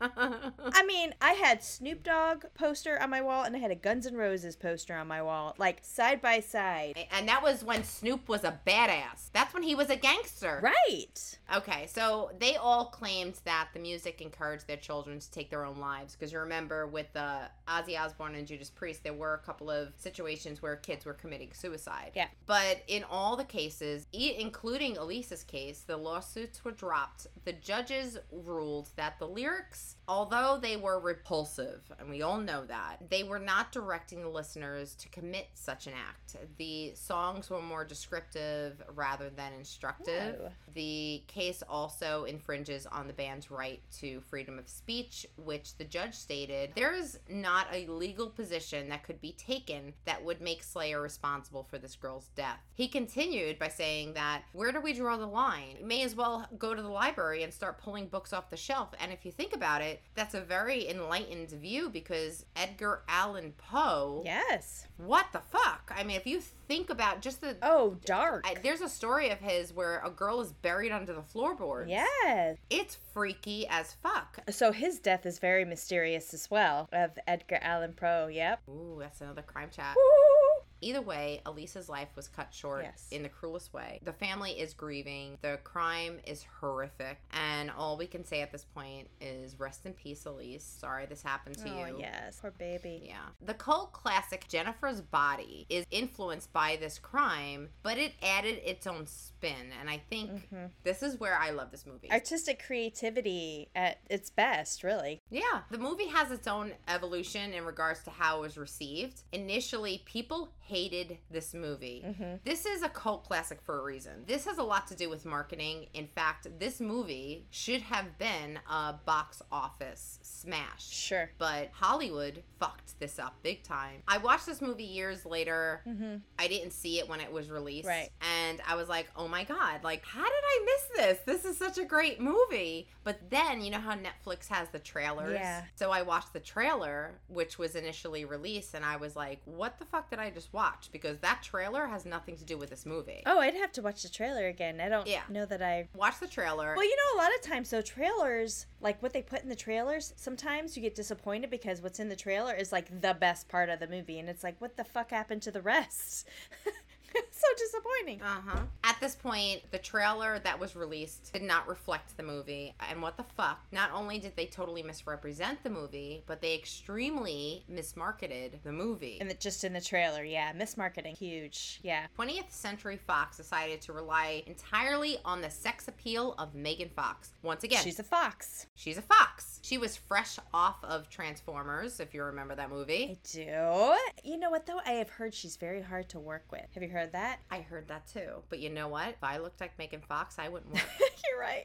I mean, I had Snoop Dogg poster on my wall and I had a Guns N' Roses poster on my wall, like side by side. And that was when Snoop was a badass. That's when he was a gangster. Right. Okay, so they all claimed that the music encouraged their children to take their own lives. Because you remember with the Ozzy Osbourne and Judas Priest, there were a couple of situations where kids were committing suicide. Yeah. But in all the cases, e- including Elisa's case, the lawsuits were dropped. The judges ruled that the lyrics, although they were repulsive, and we all know that, they were not directing the listeners to commit such an act. The songs were more descriptive rather than instructive. Oh. The case also infringes on the band's right to freedom of speech, which the judge stated there is not a legal position that could be taken that would make Slayer responsible for this girl's death. He continued by saying that where do we draw the line? May as well go to the library and start pulling books off the shelf. And if you think about it, that's a very enlightened view because Edgar Allan Poe, Yes. what the fuck? I mean, if you think about just the Oh, dark. I, there's a story of his where a girl is buried under the floorboards. Yes. It's freaky as fuck. So his death is very mysterious as well, of Edgar Allan Poe. Yep. Ooh, that's another crime chat. Woo! Either way, Elisa's life was cut short Yes. in the cruelest way. The family is grieving. The crime is horrific. And all we can say at this point is rest in peace, Elise. Sorry this happened to Oh, you. yes. Poor baby. Yeah. The cult classic Jennifer's Body is influenced by this crime, but it added its own spin. And I think Mm-hmm. this is where I love this movie. Artistic creativity at its best, really. Yeah, the movie has its own evolution in regards to how it was received. Initially, people hated this movie. This is a cult classic for a reason. This has a lot to do with marketing. In fact, this movie should have been a box office smash. Sure. But Hollywood fucked this up big time. I watched this movie years later. Mm-hmm. I didn't see it when it was released. Right. And I was like, oh my God, like, how did I miss this? This is such a great movie. But then, you know how Netflix has the trailers? Yeah. So I watched the trailer, which was initially released, and I was like, what the fuck did I just watch? Because that trailer has nothing to do with this movie. Oh, I'd have to watch the trailer again. I don't Yeah. know that I. Watch the trailer. Well, you know, a lot of times, though, trailers, like what they put in the trailers, sometimes you get disappointed because what's in the trailer is like the best part of the movie. And it's like, what the fuck happened to the rest? so disappointing. Uh huh. At this point, the trailer that was released did not reflect the movie. And what the fuck? Not only did they totally misrepresent the movie, but they extremely mismarketed the movie. And it just in the trailer, yeah, mismarketing, huge, yeah. 20th Century Fox decided to rely entirely on the sex appeal of Megan Fox. Once again, She's a fox. she's a fox. She was fresh off of Transformers, if you remember that I movie. do. You know what though? I have heard she's very hard to work with. Have you heard that? I heard that too. But you know what? If I looked like Megan Fox, I wouldn't work. You're right.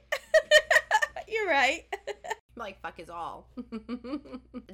You're right. like fuck is all.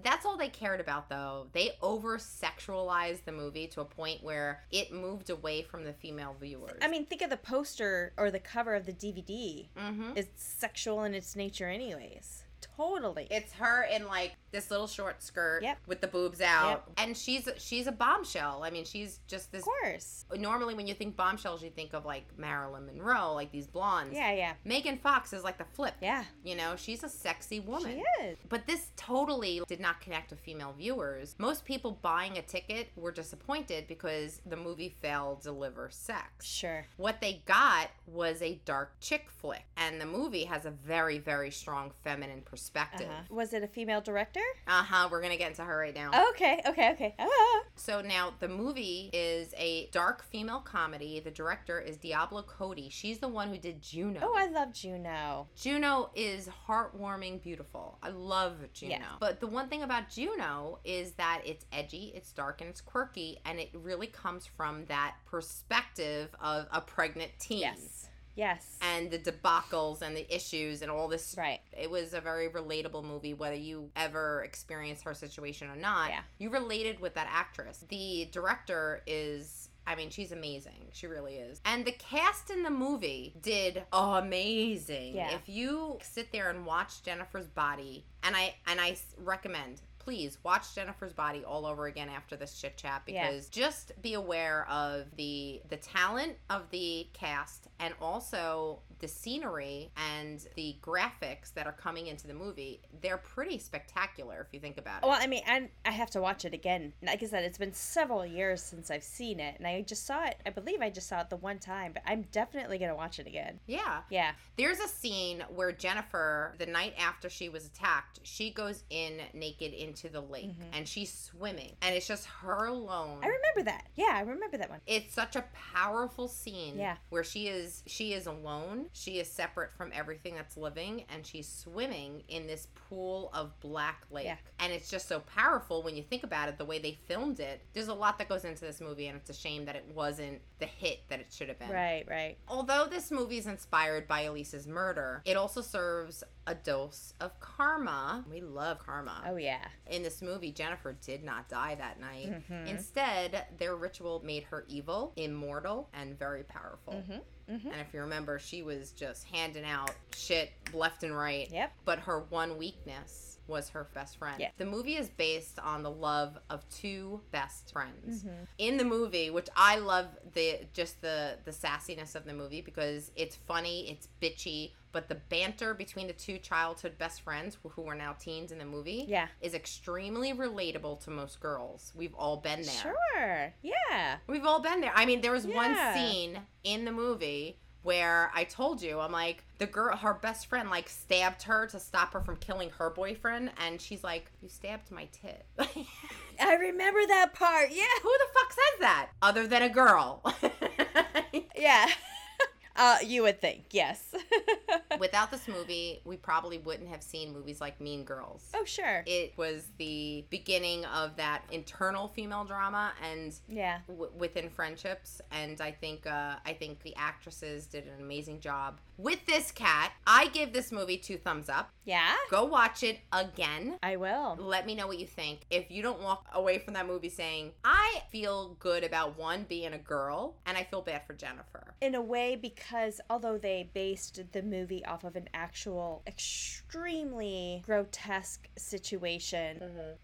That's all they cared about though. They over sexualized the movie to a point where it moved away from the female viewers. I mean, think of the poster or the cover of the DVD. hmm It's sexual in its nature, anyways. Totally. it's her in like this little short skirt Yep. with the boobs out, and she's she's a bombshell. I mean, she's just of this. course. Normally, when you think bombshells, you think of like Marilyn Monroe, like these blondes. Yeah, yeah. Megan Fox is like the flip. Yeah. You know, she's a sexy woman. She is. But this totally did not connect with female viewers. Most people buying a ticket were disappointed because the movie failed to deliver sex. Sure. What they got was a dark chick flick, and the movie has a very, very strong feminine perspective. Uh-huh. Was it a female director? Uh huh, we're gonna get into her right now. Okay, okay, okay. Ah. So now the movie is a dark female comedy. The director is Diablo Cody. She's the one who did Juno. Oh, I love Juno. Juno is heartwarming, beautiful. I love Juno. Yeah. But the one thing about Juno is that it's edgy, it's dark, and it's quirky, and it really comes from that perspective of a pregnant teen. Yes. Yes. And the debacles and the issues and all this. right. It was a very relatable movie, whether you ever experienced her situation or not. Yeah. You related with that actress. The director is. I mean, she's amazing. She really is. And the cast in the movie did amazing. Yeah. If you sit there and watch Jennifer's Body, and I and I s- recommend, please watch Jennifer's Body all over again after this chit chat Yeah. because just be aware of the the talent of the cast and also the scenery and the graphics that are coming into the movie. They're pretty spectacular if you think about it. Well, I mean, I, I have to watch it again. Like I said, it's been several years since I've seen it, and I just saw it. I believe I just saw it the one time, but I'm definitely gonna watch it again. yeah. Yeah, There's a scene where Jennifer, the night after she was attacked, she goes in naked into the lake Mhm. and she's swimming, and it's just her alone. I remember that. Yeah, I remember that one. it's such a powerful scene Yeah. where she is she is alone she is separate from everything that's living and she's swimming in this pool of black lake Yeah. and it's just so powerful when you think about it the way they filmed it there's a lot that goes into this movie and it's a shame that it wasn't the hit that it should have been Right, right. Although this movie is inspired by Elise's murder, it also serves a dose of karma. We love karma. Oh yeah. In this movie, Jennifer did not die that night. Mhm. Instead, their ritual made her evil, immortal, and very powerful. Mhm. Mhm. And if you remember, she was just handing out shit left and right. Yep. But her one weakness was her best friend. Yeah. The movie is based on the love of two best friends Mhm. in the movie, which I love the just the the sassiness of the movie because it's funny, it's bitchy, but the banter between the two childhood best friends who- who are now teens in the movie Yeah. is extremely relatable to most girls. We've all been there. Sure. Yeah. We've all been there. I mean, there was Yeah. one scene in the movie where I told you, I'm like, the girl, her best friend, like stabbed her to stop her from killing her boyfriend, and she's like, "You stabbed my tit." I remember that part. Yeah. Who the fuck says that other than a girl? Yeah. uh, you would think. Yes. Without this movie, we probably wouldn't have seen movies like Mean Girls. oh sure. It was the beginning of that internal female drama and Yeah. w- within friendships and I think uh, I think the actresses did an amazing job with this cat. I give this movie two thumbs up. Yeah. Go watch it again. I will. Let me know what you think. If you don't walk away from that movie saying, I feel good about one being a girl and I feel bad for Jennifer. In a way, because because although they based the movie off of an actual extremely grotesque situation,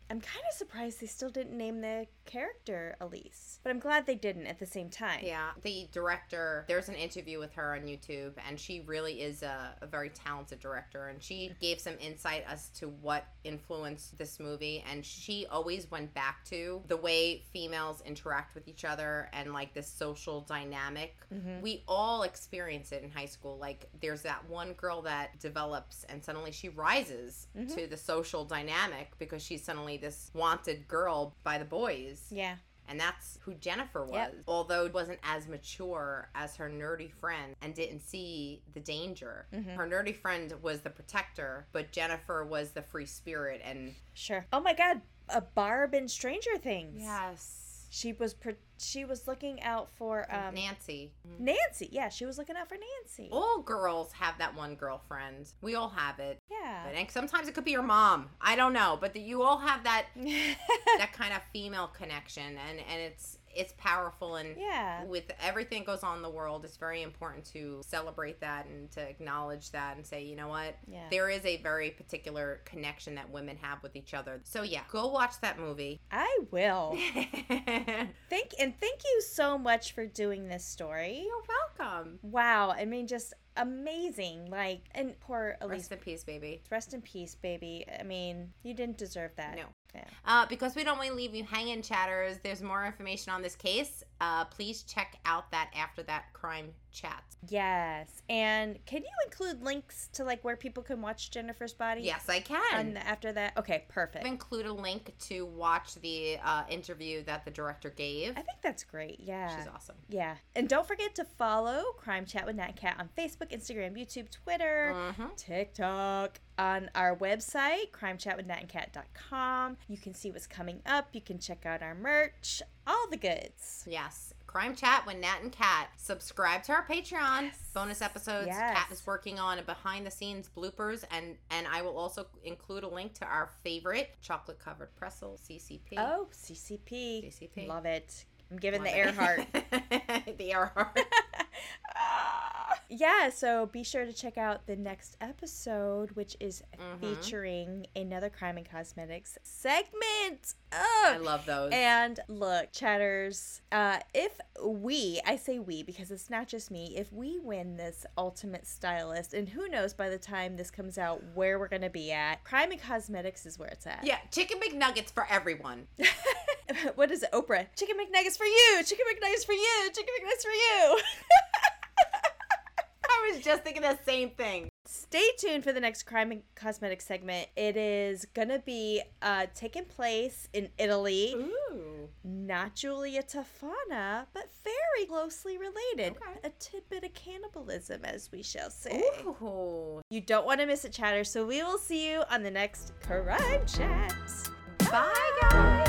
I'm kind of surprised they still didn't name the character Elise. But I'm glad they didn't at the same time. Yeah, the director, there's an interview with her on YouTube, and she really is a, a very talented director. And she gave some insight as to what influenced this movie. And she always went back to the way females interact with each other and like this social dynamic. We all experience it in high school. Like, there's that one girl that develops, and suddenly she rises to the social dynamic because she's suddenly this wanted girl by the boys. Yeah. And that's who Jennifer was. Yep. Although wasn't as mature as her nerdy friend and didn't see the danger. Mm-hmm. Her nerdy friend was the protector, but Jennifer was the free spirit and Sure. Oh my god, a Barb in Stranger Things. yes, She was pre- she was looking out for um, Nancy. Mm-hmm. Nancy. Yeah, she was looking out for Nancy. All girls have that one girlfriend. We all have it. Yeah. And sometimes it could be your mom. I don't know, but the, you all have that that kind of female connection and and it's it's powerful and yeah. with everything that goes on in the world, it's very important to celebrate that and to acknowledge that and say, you know what? Yeah. There is a very particular connection that women have with each other. So yeah, go watch that movie. I will. You're Thank and thank you so much for doing this story. welcome. Wow, I mean just amazing. Like and poor Elise Rest in peace, baby. Rest in peace, baby. I mean, you didn't deserve that. No. Yeah. Uh, because we don't want to leave you hanging, chatters. There's more information on this case. Uh, please check out that after that crime chat. Yes. And can you include links to like where people can watch Jennifer's body? Yes, I can. And after that, okay, perfect. I've include a link to watch the uh, interview that the director gave. I think that's great. Yeah. She's awesome. Yeah. And don't forget to follow Crime Chat with Nat Cat on Facebook, Instagram, YouTube, Twitter, Mhm. TikTok, on our website, crimechatwithnatandcat.com. You can see what's coming up. You can check out our merch, all the goods. Yes. Crime Chat with Nat and Kat. Subscribe to our Patreon. Bonus episodes. Yes. Kat is working on a behind the scenes bloopers and and I will also include a link to our favorite chocolate covered pretzel, CCP. Oh, CCP. CCP. Love it. I'm giving Love the it. Earhart. the Earhart. yeah, so be sure to check out the next episode, which is Mhm. featuring another crime and cosmetics segment. Ugh. I love those. And look, chatters, uh, if we, I say we because it's not just me, if we win this ultimate stylist, and who knows by the time this comes out where we're going to be at, Crime and Cosmetics is where it's at. yeah, chicken McNuggets for everyone. what is it, Oprah? Chicken McNuggets for you! Chicken McNuggets for you! Chicken McNuggets for you! I was just thinking the same thing. Stay tuned for the next crime and cosmetics segment. It is gonna be uh, taking place in Italy. Ooh. not Julia Tafana, but very closely related. Okay. A tidbit of cannibalism, as we shall say. Ooh. You don't want to miss it, chatter, so we will see you on the next Crime Chat. Bye guys.